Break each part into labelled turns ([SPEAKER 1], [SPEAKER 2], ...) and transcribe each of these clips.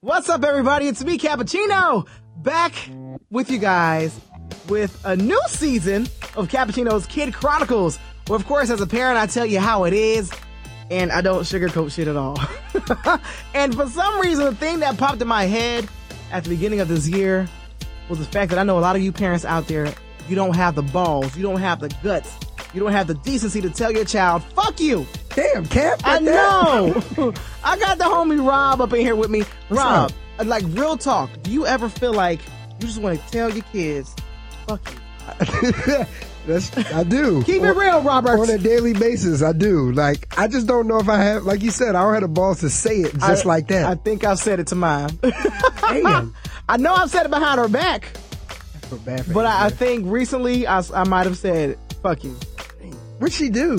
[SPEAKER 1] What's up, everybody? It's me, Cappuccino, back with you guys with a new season of Cappuccino's Kid Chronicles. Well, of course, as a parent, I tell you how it is, and I don't sugarcoat shit at all. and for some reason, the thing that popped in my head at the beginning of this year was the fact that I know a lot of you parents out there, you don't have the balls, you don't have the guts, you don't have the decency to tell your child, fuck you.
[SPEAKER 2] Damn, Cap.
[SPEAKER 1] I know. I got the homie Rob up in here with me. Rob, uh,
[SPEAKER 2] up?
[SPEAKER 1] like real talk, do you ever feel like you just want to tell your kids, fuck you?
[SPEAKER 2] That's, I do.
[SPEAKER 1] Keep it
[SPEAKER 2] On-
[SPEAKER 1] real, Robert.
[SPEAKER 2] On a daily basis, I do. Like, I just don't know if I have, like you said, I don't have the balls to say it just
[SPEAKER 1] I-
[SPEAKER 2] like
[SPEAKER 1] I
[SPEAKER 2] that.
[SPEAKER 1] think I've said it to mine.
[SPEAKER 2] Damn.
[SPEAKER 1] I know I've said it behind her back,
[SPEAKER 2] Feel bad for
[SPEAKER 1] but I, I
[SPEAKER 2] Adrian.
[SPEAKER 1] think recently I, s- I might have said, fuck you.
[SPEAKER 2] what'd she do?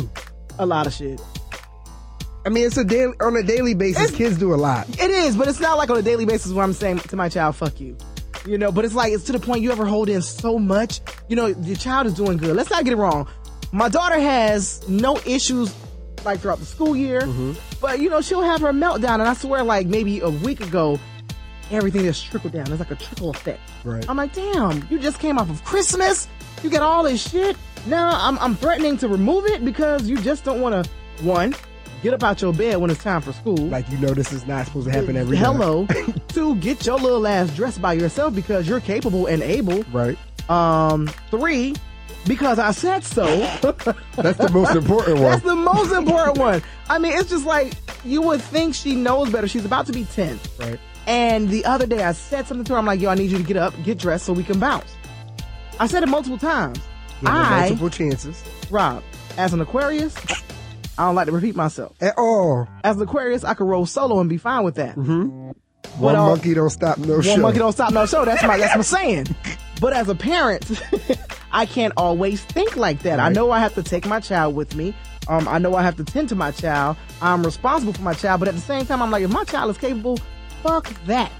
[SPEAKER 1] A lot of shit.
[SPEAKER 2] I mean, it's a daily on a daily basis.
[SPEAKER 1] It's-
[SPEAKER 2] kids do a lot.
[SPEAKER 1] It is, but it's not like on a daily basis where I'm saying to my child, fuck you. You know, but it's like, it's to the point you ever hold in so much. You know, your child is doing good. Let's not get it wrong. My daughter has no issues like throughout the school year, but you know, she'll have her meltdown. And I swear, like maybe a week ago, everything just trickled down. It's like a trickle effect.
[SPEAKER 2] Right.
[SPEAKER 1] I'm like, damn, you just came off of Christmas. You got all this shit. Now I'm, I'm threatening to remove it because you just don't want to, one, get up out your bed when it's time for school.
[SPEAKER 2] Like you know, this is not supposed to happen every
[SPEAKER 1] Hello. Two, get your little ass dressed by yourself because you're capable and able.
[SPEAKER 2] night. Right.
[SPEAKER 1] Um, three, because I said so.
[SPEAKER 2] That's the most important one.
[SPEAKER 1] That's the most important one. I mean, it's just like you would think she knows better. She's about to be 10.
[SPEAKER 2] right.
[SPEAKER 1] And the other day I said something to her. I'm like, yo, I need you to get up, get dressed so we can bounce. I said it multiple times.
[SPEAKER 2] Give her
[SPEAKER 1] I,
[SPEAKER 2] multiple chances
[SPEAKER 1] Rob, as an Aquarius, I don't like to repeat myself.
[SPEAKER 2] at all.
[SPEAKER 1] As an Aquarius, I could roll solo and be fine with that.
[SPEAKER 2] Mm-hmm. One
[SPEAKER 1] uh,
[SPEAKER 2] monkey don't stop no
[SPEAKER 1] One
[SPEAKER 2] show.
[SPEAKER 1] monkey don't stop no show. That's my that's my saying. But as a parent, I can't always think like that. I
[SPEAKER 2] Right.
[SPEAKER 1] know I have to take my child with me. Um, I know I have to tend to my child. I'm responsible for my child, but at the same time, I'm like, if my child is capable, fuck that.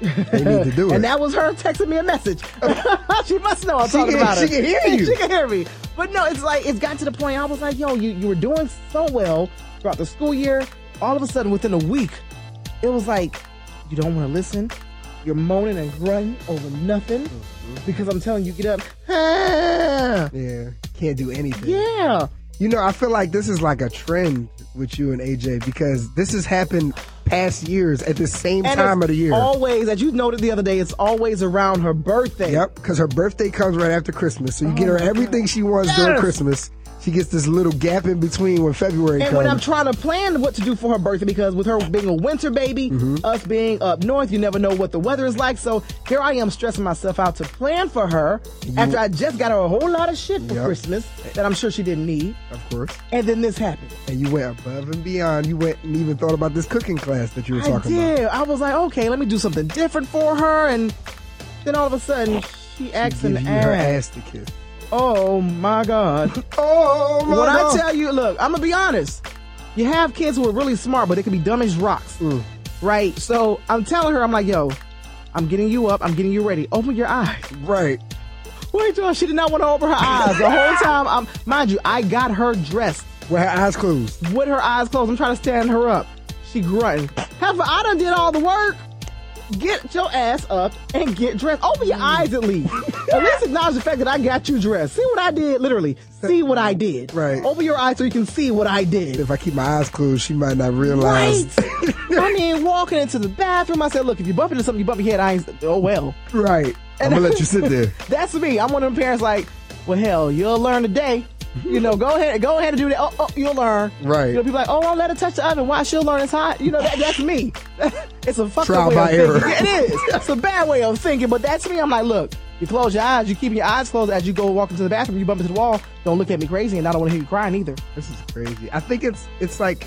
[SPEAKER 2] They need to do it.
[SPEAKER 1] And that was her texting me a message. she must know I'm
[SPEAKER 2] She
[SPEAKER 1] talking
[SPEAKER 2] can-
[SPEAKER 1] about her.
[SPEAKER 2] she can hear you.
[SPEAKER 1] She can hear me. But no, it's like it's got to the point. I was like, yo, you you were doing so well throughout the school year. All of a sudden, within a week, it was like you don't want to listen. You're moaning and grunting over nothing
[SPEAKER 2] Mm-hmm.
[SPEAKER 1] because I'm telling you, get up. Ah,
[SPEAKER 2] yeah. Can't do anything.
[SPEAKER 1] yeah.
[SPEAKER 2] You know, I feel like this is like a trend with you and AJ because this has happened past years at the same
[SPEAKER 1] And
[SPEAKER 2] time
[SPEAKER 1] it's
[SPEAKER 2] of the year.
[SPEAKER 1] Always, as you noted the other day, it's always around her birthday.
[SPEAKER 2] Yep, because her birthday comes right after Christmas, so you get her everything she wants during
[SPEAKER 1] Oh Yes!
[SPEAKER 2] Christmas. She gets this little gap in between when February
[SPEAKER 1] And
[SPEAKER 2] comes.
[SPEAKER 1] when I'm trying to plan what to do for her birthday, because with her being a winter baby,
[SPEAKER 2] Mm-hmm.
[SPEAKER 1] us being up north, you never know what the weather is like. So here I am stressing myself out to plan for her after I just got her a whole lot of shit for
[SPEAKER 2] Yep.
[SPEAKER 1] Christmas that I'm sure she didn't need.
[SPEAKER 2] of course,
[SPEAKER 1] And then this happened.
[SPEAKER 2] and you went above and beyond. You went and even thought about this cooking class that you were
[SPEAKER 1] I
[SPEAKER 2] talking about.
[SPEAKER 1] did. I was like, okay, let me do something different for her. And then all of a sudden, she acts
[SPEAKER 2] Give
[SPEAKER 1] an
[SPEAKER 2] you her
[SPEAKER 1] ass.
[SPEAKER 2] ass to kiss.
[SPEAKER 1] Oh my God.
[SPEAKER 2] Oh my
[SPEAKER 1] When I
[SPEAKER 2] God.
[SPEAKER 1] tell you, look, I'm gonna be honest. You have kids who are really smart, but they can be dumb as
[SPEAKER 2] Mm-hmm.
[SPEAKER 1] rocks,
[SPEAKER 2] Mm,
[SPEAKER 1] right? So I'm telling her, I'm like, yo, I'm getting you up, I'm getting you ready. Open your eyes.
[SPEAKER 2] right?
[SPEAKER 1] Wait, y'all, she did not want to open her eyes the whole time. I'm, mind you, I got her dressed
[SPEAKER 2] With her eyes closed.
[SPEAKER 1] with her eyes closed. I'm trying to stand her up. She grunting. Heifer, I done did all the work. Get your ass up and get dressed. Open your eyes at least. at least acknowledge the fact that I got you dressed. See what I did, literally. See what I did.
[SPEAKER 2] Right.
[SPEAKER 1] Open your eyes so you can see what I did.
[SPEAKER 2] If I keep my eyes closed, she might not realize.
[SPEAKER 1] Right. I mean, walking into the bathroom, I said, look, if you bump into something, you bump your head. I ain't, oh well.
[SPEAKER 2] Right. I'm gonna let you sit there.
[SPEAKER 1] That's me. I'm one of them parents like, well, hell, you'll learn today. You know, go ahead, go ahead and do that. Oh, oh you'll learn.
[SPEAKER 2] Right.
[SPEAKER 1] You know, people like, oh, I'll let her touch the oven. Why she'll learn it's hot? You know, that, that's me. it's a fucked
[SPEAKER 2] Trial
[SPEAKER 1] up way
[SPEAKER 2] by
[SPEAKER 1] of thinking.
[SPEAKER 2] error.
[SPEAKER 1] Yeah, It is. It's a bad way of thinking, but that's me. I'm like, look, you close your eyes, you keep your eyes closed as you go walk into the bathroom, you bump into the wall. Don't look at me crazy, and I don't want to hear you crying either.
[SPEAKER 2] This is crazy. I think it's it's like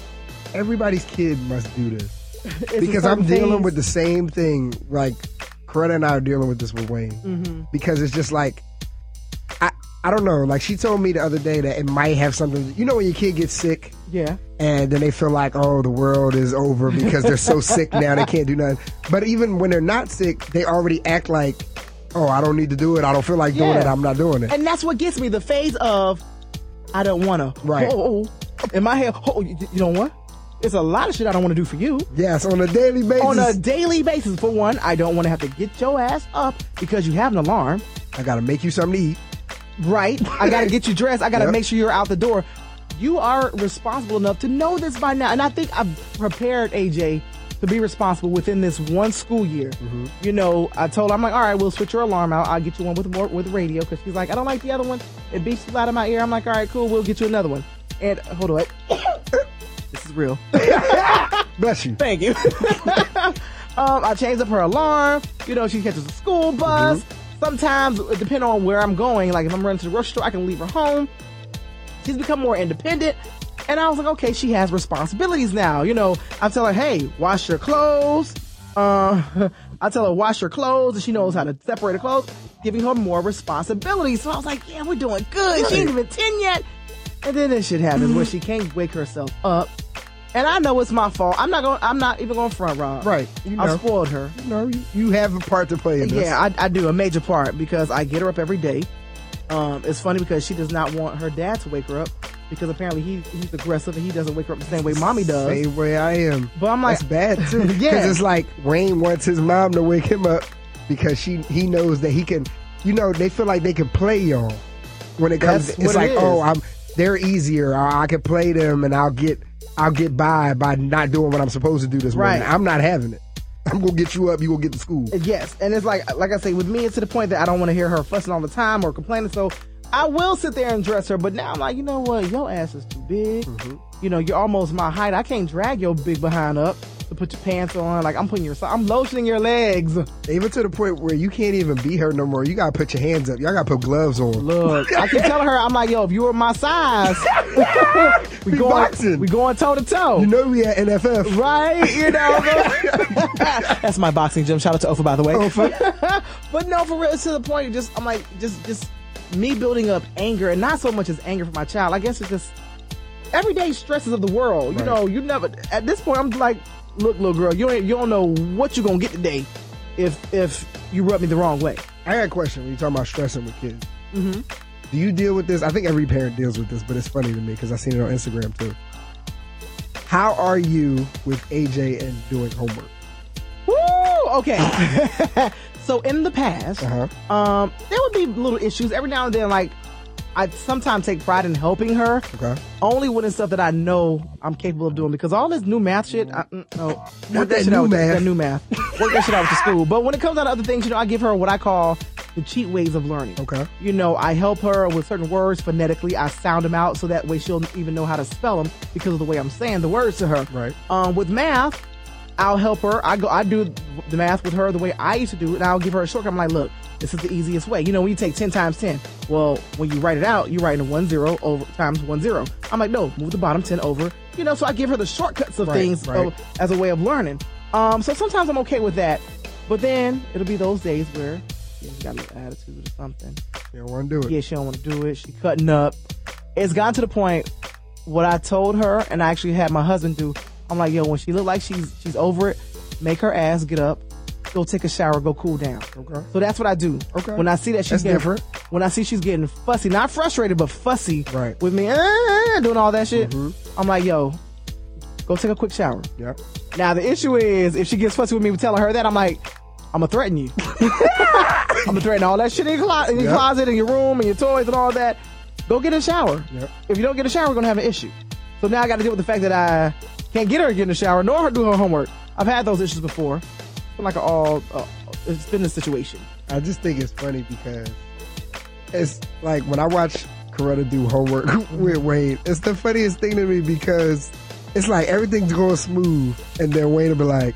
[SPEAKER 2] everybody's kid must do this.
[SPEAKER 1] It's
[SPEAKER 2] because
[SPEAKER 1] a
[SPEAKER 2] I'm
[SPEAKER 1] certain
[SPEAKER 2] dealing
[SPEAKER 1] phase.
[SPEAKER 2] with the same thing. Like Coretta and I are dealing with this with Wayne
[SPEAKER 1] Mm-hmm.
[SPEAKER 2] because it's just like I I don't know. Like she told me the other day that it might have something. You know when your kid gets sick
[SPEAKER 1] yeah.
[SPEAKER 2] and then they feel like oh the world is over because they're so sick now they can't do nothing. But even when they're not sick, they already act like oh I don't need to do it. I don't feel like doing
[SPEAKER 1] Yeah.
[SPEAKER 2] it. I'm not doing it.
[SPEAKER 1] And that's what gets me the phase of I don't want to.
[SPEAKER 2] Right.
[SPEAKER 1] Oh, oh. in my head, oh, you, you don't want? It's a lot of shit I don't want to do for you.
[SPEAKER 2] yes, on a daily basis.
[SPEAKER 1] On a daily basis, for one, I don't want to have to get your ass up because you have an alarm.
[SPEAKER 2] I gotta make you something to eat.
[SPEAKER 1] Right? I gotta get you dressed. I gotta
[SPEAKER 2] Yep.
[SPEAKER 1] make sure you're out the door. You are responsible enough to know this by now. And I think I've prepared AJ to be responsible within this one school year. You know, I told her, I'm like, all right, we'll switch your alarm out. I'll get you one with more with radio. Cause she's like, I don't like the other one. It beats the loud in my ear. I'm like, all right, cool. We'll get you another one. And hold on. this is real.
[SPEAKER 2] Bless you.
[SPEAKER 1] Thank you. um, I changed up her alarm. You know, she catches a school bus. Sometimes, it depend on where I'm going, like if I'm running to the grocery store, I can leave her home. She's become more independent. And I was like, okay, she has responsibilities now. You know, I tell her, hey, wash your clothes. Uh, I tell her, wash your clothes, and she knows how to separate her clothes, giving her more responsibilities. So I was like, yeah, we're doing good. She ain't even 10 yet. And then this shit happens
[SPEAKER 2] Mm-hmm.
[SPEAKER 1] where she can't wake herself up. And I know it's my fault. I'm not going. I'm not even going to front Rob.
[SPEAKER 2] Right. You know.
[SPEAKER 1] I spoiled her.
[SPEAKER 2] No, you, you have a part to play in this.
[SPEAKER 1] Yeah, I, I do a major part because I get her up every day. Um, it's funny because she does not want her dad to wake her up because apparently he, he's aggressive and he doesn't wake her up the same way mommy does.
[SPEAKER 2] Same way I am.
[SPEAKER 1] But I'm like-
[SPEAKER 2] that's bad too.
[SPEAKER 1] Yeah.
[SPEAKER 2] because it's like Wayne wants his mom to wake him up because she he knows that he can. You know, they feel like they can play y'all when it comes.
[SPEAKER 1] That's
[SPEAKER 2] it's
[SPEAKER 1] what
[SPEAKER 2] like,
[SPEAKER 1] it is.
[SPEAKER 2] oh, I'm they're easier. I, I can play them and I'll get I'll get by by not doing what I'm supposed to do this morning.
[SPEAKER 1] Right.
[SPEAKER 2] I'm not having it. I'm gonna get you up. You gonna get to school.
[SPEAKER 1] Yes, and it's like like I say with me, it's to the point that I don't want to hear her fussing all the time or complaining. So I will sit there and dress her, but now I'm like, you know what, your ass is too big.
[SPEAKER 2] Mm-hmm.
[SPEAKER 1] You know, you're almost my height. I can't drag your big behind up to put your pants on. Like I'm putting your, so- I'm lotioning your legs.
[SPEAKER 2] Even to the point where you can't even be her no more. You gotta put your hands up. Y'all gotta put gloves on.
[SPEAKER 1] Look, I keep telling her, I'm like, yo, if you were my size, we
[SPEAKER 2] We
[SPEAKER 1] going,
[SPEAKER 2] boxing.
[SPEAKER 1] we going toe to toe.
[SPEAKER 2] You know we at NFF.
[SPEAKER 1] Right, you know. That's my boxing gym. Shout out to Ofa, by the way.
[SPEAKER 2] Ofa.
[SPEAKER 1] but no, for real, it's to the point. Just I'm like, just, just me building up anger, and not so much as anger for my child. I guess it's just everyday stresses of the world. You
[SPEAKER 2] Right.
[SPEAKER 1] know, you never. At this point, I'm like, look, little girl, you ain't, you don't know what you are gonna get today if if you rub me the wrong way.
[SPEAKER 2] I got a question when you talking about stressing with kids. Mm-hmm. Do you deal with this? I think every parent deals with this, but it's funny to me because i seen it on Instagram too. How are you with AJ and doing homework?
[SPEAKER 1] Woo! Okay. so in the past,
[SPEAKER 2] Uh-huh.
[SPEAKER 1] um, there would be little issues every now and then. Like I sometimes take pride in helping her,
[SPEAKER 2] Okay.
[SPEAKER 1] only when it's stuff that I know I'm capable of doing. Because all this new math shit, I, mm, no, work
[SPEAKER 2] that
[SPEAKER 1] shit
[SPEAKER 2] new
[SPEAKER 1] out with
[SPEAKER 2] math.
[SPEAKER 1] That new math. work that shit out with the school. But when it comes down to other things, you know, I give her what I call the cheat ways of learning.
[SPEAKER 2] Okay.
[SPEAKER 1] You know, I help her with certain words phonetically. I sound them out so that way she'll even know how to spell them because of the way I'm saying the words to her.
[SPEAKER 2] Right.
[SPEAKER 1] Um, with math, I'll help her. I go, I do the math with her the way I used to do it, and I'll give her a shortcut. I'm like, look, this is the easiest way. You know, when you take ten times ten, well, when you write it out, you're writing one zero over times one zero. I'm like, no, move the bottom ten over. You know, so I give her the shortcuts of
[SPEAKER 2] Right,
[SPEAKER 1] things
[SPEAKER 2] right.
[SPEAKER 1] uh, as a way of learning. Um, so sometimes I'm okay with that, but then it'll be those days where she's got a little attitude or something.
[SPEAKER 2] You don't want to do it.
[SPEAKER 1] Yeah, she don't want to do it. She cutting up. It's gotten to the point what I told her, and I actually had my husband do. I'm like, yo, when she look like she's she's over it, make her ass get up, go take a shower, go cool down.
[SPEAKER 2] Okay.
[SPEAKER 1] So that's what I do.
[SPEAKER 2] Okay.
[SPEAKER 1] When I see that she's
[SPEAKER 2] That's
[SPEAKER 1] getting,
[SPEAKER 2] different.
[SPEAKER 1] when I see she's getting fussy, not frustrated, but fussy
[SPEAKER 2] Right. Mm-hmm.
[SPEAKER 1] with me, "Ah," doing all that shit. I'm like, yo, go take a quick shower.
[SPEAKER 2] Yep.
[SPEAKER 1] Now the issue is if she gets fussy with me for telling her that, I'm like, I'm gonna threaten you. I'm gonna threaten all that shit in your, clo- in your
[SPEAKER 2] Yep.
[SPEAKER 1] closet, in your room, and your toys and all that. Go get a shower.
[SPEAKER 2] Yep.
[SPEAKER 1] If you don't get a shower, we're gonna have an issue. So now I got to deal with the fact that I can't get her to get in the shower nor her do her homework. I've had those issues before. It's been like a all uh, it's been a situation.
[SPEAKER 2] I just think it's funny because it's like when I watch Coretta do homework
[SPEAKER 1] Mm-hmm.
[SPEAKER 2] with Wayne, it's the funniest thing to me because it's like everything's going smooth, and then Wayne will be like,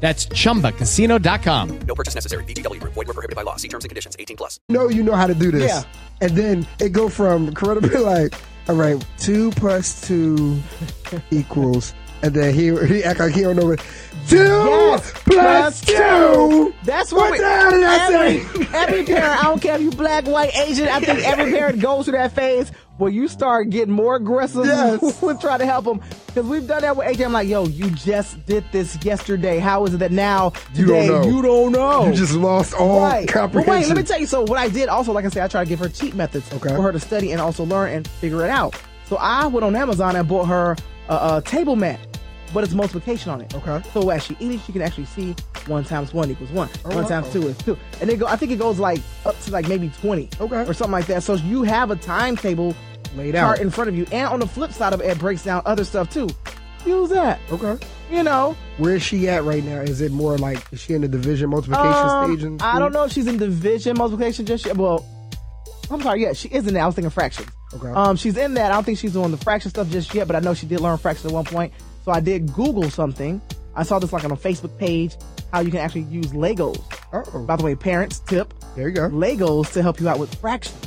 [SPEAKER 3] That's chumbacasino.com.
[SPEAKER 4] No purchase necessary. VGW Group. Void were prohibited by law. See terms and conditions. 18 plus.
[SPEAKER 2] know you know how to do this.
[SPEAKER 1] Yeah.
[SPEAKER 2] And then it go from Corona be like, all right, two plus two equals, and then he he act like he don't know what two
[SPEAKER 1] Yes,
[SPEAKER 2] plus
[SPEAKER 1] plus
[SPEAKER 2] two.
[SPEAKER 1] That's
[SPEAKER 2] what
[SPEAKER 1] what
[SPEAKER 2] the hell did I say?
[SPEAKER 1] every, every parent, I don't care if you black, white, Asian, I think every parent goes through that phase where you start getting more aggressive
[SPEAKER 2] Yes.
[SPEAKER 1] with trying to help them. Because we've done that with AJ. I'm like, yo, you just did this yesterday. How is it that now
[SPEAKER 2] You don't
[SPEAKER 1] today,
[SPEAKER 2] know.
[SPEAKER 1] you don't know?
[SPEAKER 2] You just lost all
[SPEAKER 1] Right.
[SPEAKER 2] comprehension.
[SPEAKER 1] But wait, let me tell you. So what I did also, like I said, I tried to give her cheat methods
[SPEAKER 2] Okay.
[SPEAKER 1] for her to study and also learn and figure it out. So I went on Amazon and bought her a, a table mat, but it's multiplication on it.
[SPEAKER 2] Okay.
[SPEAKER 1] So as she eats, she can actually see one times one equals one,
[SPEAKER 2] Oh,
[SPEAKER 1] one
[SPEAKER 2] wow.
[SPEAKER 1] times two is two, and it go. I think it goes like up to like maybe twenty,
[SPEAKER 2] Okay.
[SPEAKER 1] or something like that. So you have a timetable
[SPEAKER 2] Laid
[SPEAKER 1] chart
[SPEAKER 2] out.
[SPEAKER 1] in front of you, and on the flip side of it, it breaks down other stuff too. Use that,
[SPEAKER 2] Okay.
[SPEAKER 1] you know.
[SPEAKER 2] Where is she at right now? Is it more like is she in the division multiplication
[SPEAKER 1] Um,
[SPEAKER 2] stage? In
[SPEAKER 1] I
[SPEAKER 2] school?
[SPEAKER 1] don't know if she's in division multiplication just yet. Well, I'm sorry. Yeah, she is in that. I was thinking fractions.
[SPEAKER 2] Okay.
[SPEAKER 1] Um, she's in that. I don't think she's doing the fraction stuff just yet, but I know she did learn fractions at one point. So I did Google something. I saw this like on a Facebook page how you can actually use Legos.
[SPEAKER 2] Uh-oh.
[SPEAKER 1] By the way, parents tip
[SPEAKER 2] There you go.
[SPEAKER 1] Legos to help you out with fractions.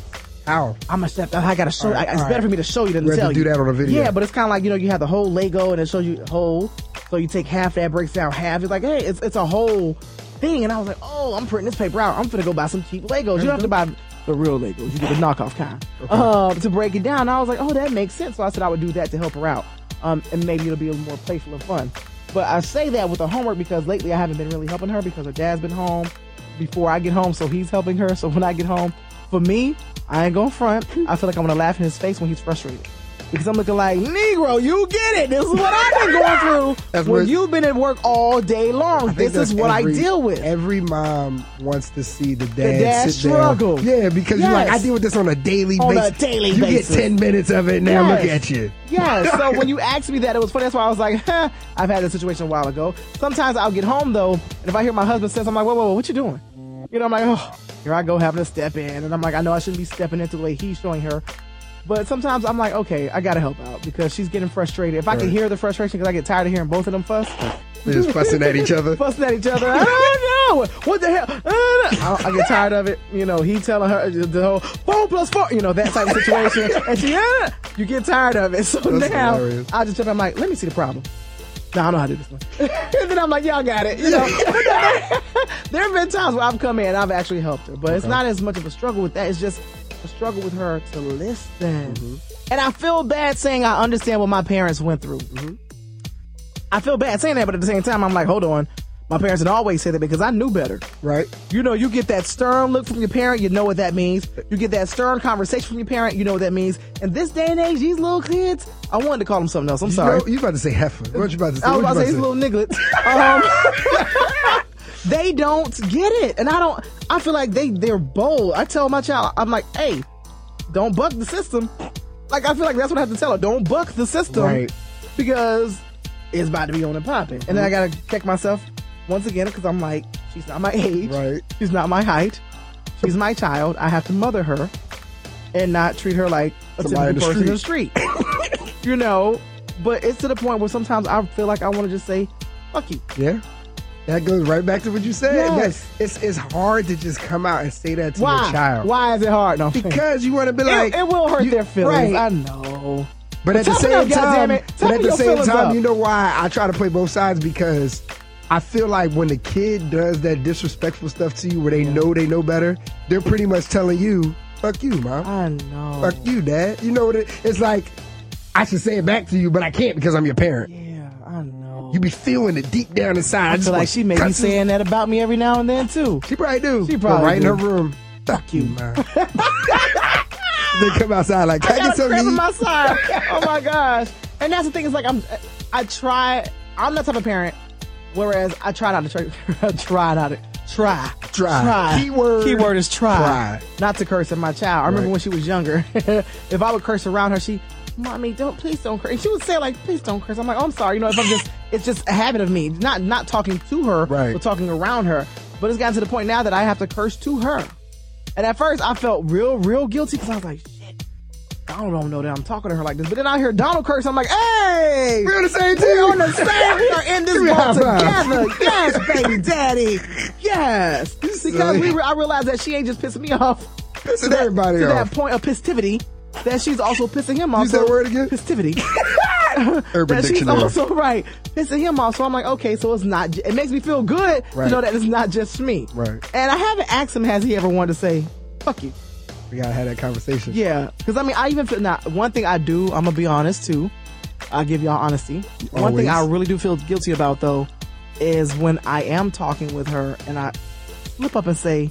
[SPEAKER 2] How?
[SPEAKER 1] I'm gonna step. I gotta show.
[SPEAKER 2] All right,
[SPEAKER 1] I, it's
[SPEAKER 2] all
[SPEAKER 1] better
[SPEAKER 2] right.
[SPEAKER 1] for me to show you than
[SPEAKER 2] We have to
[SPEAKER 1] tell
[SPEAKER 2] do
[SPEAKER 1] you.
[SPEAKER 2] that on a video.
[SPEAKER 1] Yeah, but it's kind of like you know you have the whole Lego and it shows you whole. So you take half that breaks down half. It's like hey, it's it's a whole thing. And I was like, oh, I'm printing this paper out. I'm finna go buy some cheap Legos. You don't have to buy the real Legos. You get the knockoff kind. Uh, to break it down, I was like, oh, that makes sense. So I said I would do that to help her out. Um, and maybe it'll be a little more playful and fun. But I say that with the homework because lately I haven't been really helping her because her dad's been home before I get home, so he's helping her. So when I get home, for me, I ain't gonna front. I feel like I'm gonna laugh in his face when he's frustrated. Because I'm looking like, Negro, you get it. This is what I've been going through.
[SPEAKER 2] That's
[SPEAKER 1] when
[SPEAKER 2] what-
[SPEAKER 1] you've been at work all day long.
[SPEAKER 2] I think
[SPEAKER 1] This is
[SPEAKER 2] that's
[SPEAKER 1] what
[SPEAKER 2] every-
[SPEAKER 1] I deal with.
[SPEAKER 2] Every mom wants to see the dad,
[SPEAKER 1] dad
[SPEAKER 2] sit
[SPEAKER 1] struggle.
[SPEAKER 2] Down. Yeah, because you're like, I
[SPEAKER 1] Yes.
[SPEAKER 2] deal with this on a daily
[SPEAKER 1] On a
[SPEAKER 2] basis.
[SPEAKER 1] daily
[SPEAKER 2] you
[SPEAKER 1] basis.
[SPEAKER 2] get ten minutes of it. Now look
[SPEAKER 1] Yes.
[SPEAKER 2] at you.
[SPEAKER 1] Yeah, so when you asked me that, it was funny. That's why I was like, huh, I've had this situation a while ago. Sometimes I'll get home, though, and if I hear my husband says, I'm like, whoa, whoa, whoa, what you doing? You know, I'm like, oh, here I go having to step in. And I'm like, I know I shouldn't be stepping into the way he's showing her. But sometimes I'm like, okay, I got to help out because she's getting frustrated. If I can
[SPEAKER 2] Right.
[SPEAKER 1] hear the frustration because I get tired of hearing both of them fuss,
[SPEAKER 2] They're just fussing at each other.
[SPEAKER 1] fussing at each other. I don't know. What the hell? I, don't know. I- I get tired of it. You know, he telling her the whole four plus four, you know, that type of situation. And she, "Ah," you get tired of it. So
[SPEAKER 2] That's
[SPEAKER 1] now
[SPEAKER 2] hilarious.
[SPEAKER 1] I just jump in, I'm like, let me see the problem. No, I don't know how to do this one. and then I'm like, y'all got it. You know, there have been times where I've come in and I've actually helped her, but it's not as much of a struggle with that. It's just a struggle with her to listen.
[SPEAKER 2] Mm-hmm.
[SPEAKER 1] And I feel bad saying I understand what my parents went through.
[SPEAKER 2] Mm-hmm.
[SPEAKER 1] I feel bad saying that, but at the same time, I'm like, hold on. My parents had always said that because I knew better.
[SPEAKER 2] Right?
[SPEAKER 1] You know, you get that stern look from your parent, you know what that means. You get that stern conversation from your parent, you know what that means. And this day and age, these little kids, I wanted to call them something else. I'm sorry.
[SPEAKER 2] You, know, you about to say heifer. What you about to say?
[SPEAKER 1] I was
[SPEAKER 2] What
[SPEAKER 1] about to say
[SPEAKER 2] you
[SPEAKER 1] these little nigglets. Um, they don't get it, and I don't. I feel like they they're bold. I tell my child, I'm like, hey, don't buck the system. Like I feel like that's what I have to tell her. Don't buck the system,
[SPEAKER 2] Right.
[SPEAKER 1] Because it's about to be on and popping, and then I gotta check myself once again because I'm like, she's not my age,
[SPEAKER 2] Right.
[SPEAKER 1] She's not my height. She's my child. I have to mother her, and not treat her like a
[SPEAKER 2] Somebody
[SPEAKER 1] typical person
[SPEAKER 2] in
[SPEAKER 1] in
[SPEAKER 2] the
[SPEAKER 1] the street you know. But it's to the point where sometimes I feel like I want to just say, "Fuck you."
[SPEAKER 2] Yeah. That goes right back to what you said.
[SPEAKER 1] Yes.
[SPEAKER 2] That- it's it's hard to just come out and say that to
[SPEAKER 1] Why?
[SPEAKER 2] your child.
[SPEAKER 1] Why is it hard? No,
[SPEAKER 2] Because you want to be like
[SPEAKER 1] it, it will hurt
[SPEAKER 2] you-
[SPEAKER 1] their feelings.
[SPEAKER 2] Right.
[SPEAKER 1] I know.
[SPEAKER 2] But at the
[SPEAKER 1] Toughen
[SPEAKER 2] same
[SPEAKER 1] up,
[SPEAKER 2] time,
[SPEAKER 1] goddammit.
[SPEAKER 2] but at
[SPEAKER 1] Toughen
[SPEAKER 2] the
[SPEAKER 1] your
[SPEAKER 2] same
[SPEAKER 1] feelings
[SPEAKER 2] time,
[SPEAKER 1] up.
[SPEAKER 2] you know why I try to play both sides because I feel like when the kid does that disrespectful stuff to you, where they know they know better, they're pretty much telling you, "Fuck you, mom.
[SPEAKER 1] I know.
[SPEAKER 2] Fuck you, dad." You know what? It, it's like I should say it back to you, but I can't because I'm your parent.
[SPEAKER 1] Yeah, I know.
[SPEAKER 2] You be feeling it deep down inside. I,
[SPEAKER 1] I
[SPEAKER 2] just
[SPEAKER 1] feel
[SPEAKER 2] wanna
[SPEAKER 1] like she may
[SPEAKER 2] cut
[SPEAKER 1] be
[SPEAKER 2] you.
[SPEAKER 1] saying that about me every now and then too.
[SPEAKER 2] She probably do.
[SPEAKER 1] She
[SPEAKER 2] But
[SPEAKER 1] probably
[SPEAKER 2] right
[SPEAKER 1] do.
[SPEAKER 2] in her room. Fuck you, mom. they come outside like, "Can I, get
[SPEAKER 1] got a
[SPEAKER 2] something
[SPEAKER 1] cramp
[SPEAKER 2] to
[SPEAKER 1] in
[SPEAKER 2] eat?"
[SPEAKER 1] my side. Oh my gosh! And that's the thing is like I'm, I try. I'm that type of parent Whereas I try not to try, try not to try,
[SPEAKER 2] Try.
[SPEAKER 1] try.
[SPEAKER 2] Keyword,
[SPEAKER 1] keyword is try,
[SPEAKER 2] try.
[SPEAKER 1] not to curse at my child. I remember
[SPEAKER 2] Right.
[SPEAKER 1] when she was younger, if I would curse around her, she, mommy, don't please don't curse. She would say like, please don't curse. I'm like, oh, I'm sorry. You know, if I'm just, it's just a habit of me, not not talking to her,
[SPEAKER 2] Right.
[SPEAKER 1] but talking around her. But it's gotten to the point now that I have to curse to her. And at first, I felt real, real guilty because I was like, shit, Donald don't know that I'm talking to her like this. But then I hear Donald curse. I'm like, hey,
[SPEAKER 2] We're on the same team.
[SPEAKER 1] on the same. We are in
[SPEAKER 2] Give me
[SPEAKER 1] this
[SPEAKER 2] a
[SPEAKER 1] ball
[SPEAKER 2] high five.
[SPEAKER 1] together. Yes, baby daddy. Yes. Because we re- I realized that she ain't just pissing me off.
[SPEAKER 2] Pissing
[SPEAKER 1] to that-
[SPEAKER 2] everybody
[SPEAKER 1] to
[SPEAKER 2] off.
[SPEAKER 1] that point of pistivity. That she's also pissing him off.
[SPEAKER 2] Use that
[SPEAKER 1] So-
[SPEAKER 2] word again?
[SPEAKER 1] Pistivity.
[SPEAKER 2] Urban
[SPEAKER 1] that she's
[SPEAKER 2] Dictionary.
[SPEAKER 1] also right pissing him off. So I'm like, okay, so it's not. j- It makes me feel good
[SPEAKER 2] Right.
[SPEAKER 1] to know that it's not just me.
[SPEAKER 2] Right.
[SPEAKER 1] And I haven't asked him has he ever wanted to say fuck you.
[SPEAKER 2] we gotta have that conversation.
[SPEAKER 1] Yeah, because I mean, I even feel now. One thing I do, I'm gonna be honest too. I give y'all honesty. One thing I
[SPEAKER 2] Always.
[SPEAKER 1] really do feel guilty about though is when I am talking with her and I slip up and say,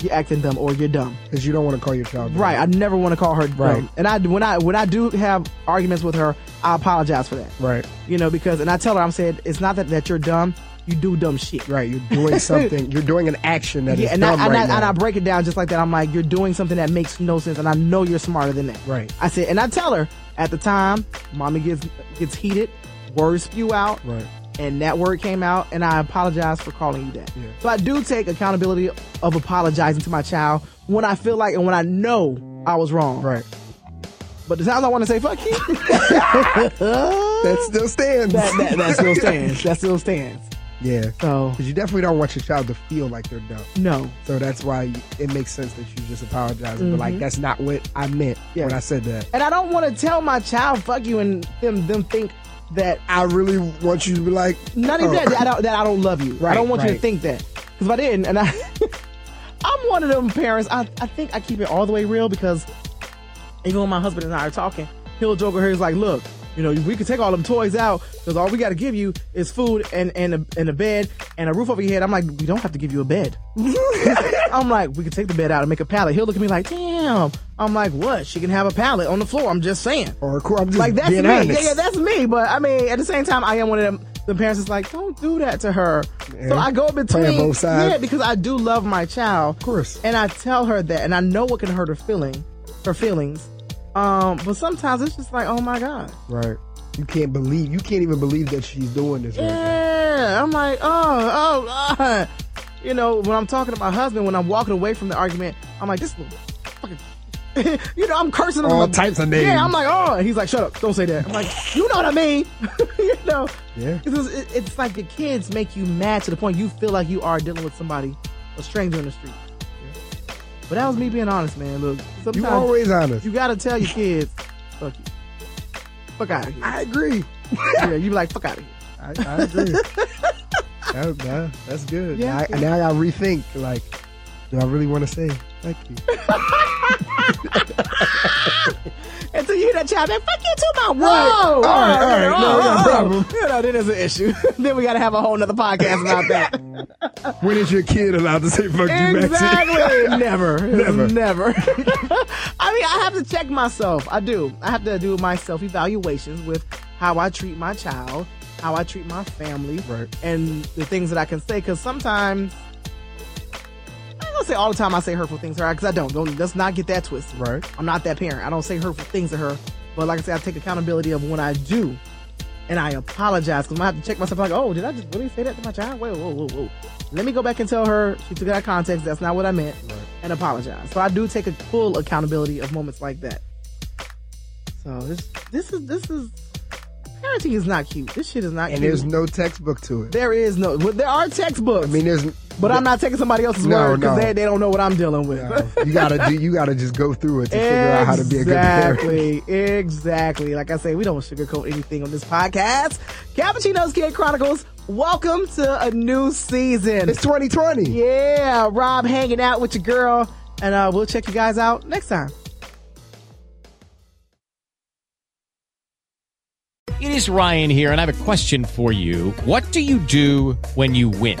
[SPEAKER 1] "You're acting dumb" or "You're dumb."
[SPEAKER 2] because you don't want to call your child.
[SPEAKER 1] Right. I never want to call her
[SPEAKER 2] Right.
[SPEAKER 1] dumb. And I when I when I do have arguments with her, I apologize for that.
[SPEAKER 2] Right.
[SPEAKER 1] You know because and I tell her I'm saying it's not that that you're dumb. You do dumb shit.
[SPEAKER 2] Right. You're doing something. you're doing an action that is
[SPEAKER 1] Yeah, and,
[SPEAKER 2] dumb
[SPEAKER 1] I, and,
[SPEAKER 2] right
[SPEAKER 1] I,
[SPEAKER 2] now.
[SPEAKER 1] and I break it down just like that. I'm like, you're doing something that makes no sense, and I know you're smarter than that.
[SPEAKER 2] Right.
[SPEAKER 1] I said, and I tell her at the time, mommy gets gets heated, words spew out,
[SPEAKER 2] Right.
[SPEAKER 1] and that word came out, and I apologize for calling you that.
[SPEAKER 2] Yeah.
[SPEAKER 1] So I do take accountability of apologizing to my child when I feel like and when I know I was wrong.
[SPEAKER 2] Right.
[SPEAKER 1] But the times I want to say fuck you,
[SPEAKER 2] That still stands.
[SPEAKER 1] that, that, that still stands. That still stands.
[SPEAKER 2] yeah.
[SPEAKER 1] So Mm.
[SPEAKER 2] Because you definitely don't want your child to feel like they're dumb.
[SPEAKER 1] no,
[SPEAKER 2] So that's why you- it makes sense that you just apologize and be like, that's not what I meant
[SPEAKER 1] Mm-hmm. Yeah.
[SPEAKER 2] when I said that.
[SPEAKER 1] and I don't want to tell my child fuck you and them them think that
[SPEAKER 2] I really want you to be like,
[SPEAKER 1] Not even
[SPEAKER 2] oh,
[SPEAKER 1] that, that I don't, that I don't love you.
[SPEAKER 2] Right,
[SPEAKER 1] I don't want you
[SPEAKER 2] right.
[SPEAKER 1] to think that. Because if I didn't, and I, I'm one of them parents. I, I think I keep it all the way real because even when my husband and I are talking, he'll joke with her. He's like, "Look, you know, we could take all them toys out because all we got to give you is food and and a, and a bed and a roof over your head." I'm like, "We don't have to give you a bed." I'm like, "We could take the bed out and make a pallet." He'll look at me like, "Damn." I'm like, "What? She can have a pallet on the floor." I'm just saying
[SPEAKER 2] Or cool, "Oh, I'm just
[SPEAKER 1] like that's
[SPEAKER 2] being
[SPEAKER 1] me.
[SPEAKER 2] honest.
[SPEAKER 1] Yeah, yeah, that's me. But I mean, at the same time, I am one of them. The parents is like, don't do that to her. So I go between
[SPEAKER 2] Playing both sides.
[SPEAKER 1] Yeah, because I do love my child, of
[SPEAKER 2] course.
[SPEAKER 1] And I tell her that, and I know what can hurt her feeling, her feelings. Um, but sometimes it's just like, oh my god,
[SPEAKER 2] Right. You can't believe, you can't even believe that she's doing this right now.
[SPEAKER 1] yeah. I'm like, oh, oh, god. You know, when I'm talking to my husband, when I'm walking away from the argument, I'm like, this little fucking. you know, I'm cursing him.
[SPEAKER 2] All
[SPEAKER 1] I'm like-
[SPEAKER 2] types of names.
[SPEAKER 1] Yeah, I'm like, oh, and he's like, shut up, don't say that. I'm like, you know what I mean? you know,
[SPEAKER 2] Yeah.
[SPEAKER 1] 'Cause It's, it- it's like the kids make you mad to the point you feel like you are dealing with somebody, a stranger in the street. But that was me being honest, man. Look, sometimes
[SPEAKER 2] You always honest.
[SPEAKER 1] you gotta tell your kids, fuck you, fuck out of here.
[SPEAKER 2] I agree.
[SPEAKER 1] yeah, you be like, fuck out of here.
[SPEAKER 2] I, I agree. that, that- that's good.
[SPEAKER 1] Yeah,
[SPEAKER 2] Yeah, I,
[SPEAKER 1] yeah.
[SPEAKER 2] Now I gotta rethink, like, do I really want to say thank you?
[SPEAKER 1] Until you hear that child, man, fuck you too, my whoa. All right, all right,
[SPEAKER 2] no, we got a problem.
[SPEAKER 1] You know, then there's an issue. then we got to have a whole nother podcast about that.
[SPEAKER 2] When is your kid allowed to say fuck you back to you?
[SPEAKER 1] exactly. never.
[SPEAKER 2] Never.
[SPEAKER 1] Never. I mean, I have to check myself. I do. I have to do my self evaluations with how I treat my child, how I treat my family,
[SPEAKER 2] Right.
[SPEAKER 1] and the things that I can say. Because sometimes. I ain't gonna say all the time I say hurtful things to her because I don't. Don't let's not get that twisted.
[SPEAKER 2] Right.
[SPEAKER 1] I'm not that parent. I don't say hurtful things to her, but like I said, I take accountability of when I do, and I apologize because I have to check myself. Like, oh, did I just really say that to my child? Wait, whoa, whoa, whoa. Let me go back and tell her she took it out of context. That's not what I meant, and apologize. So I do take a full accountability of moments like that. So this, this is this is parenting is not cute. This shit is not
[SPEAKER 2] And
[SPEAKER 1] cute.
[SPEAKER 2] there's no textbook to it.
[SPEAKER 1] there is no. Well, there are textbooks.
[SPEAKER 2] I mean, there's.
[SPEAKER 1] but I'm not taking somebody else's
[SPEAKER 2] No,
[SPEAKER 1] word because
[SPEAKER 2] no.
[SPEAKER 1] they, they don't know what I'm dealing with.
[SPEAKER 2] No, you gotta do. You gotta just go through it to figure out how to be a good parent.
[SPEAKER 1] Exactly, exactly. Like I say, we don't sugarcoat anything on this podcast. Cappuccino's Kid Chronicles, welcome to a new season.
[SPEAKER 2] It's 2020.
[SPEAKER 1] yeah, Rob hanging out with your girl, and uh, we'll check you guys out next time.
[SPEAKER 3] It is Ryan here, and I have a question for you. What do you do when you win?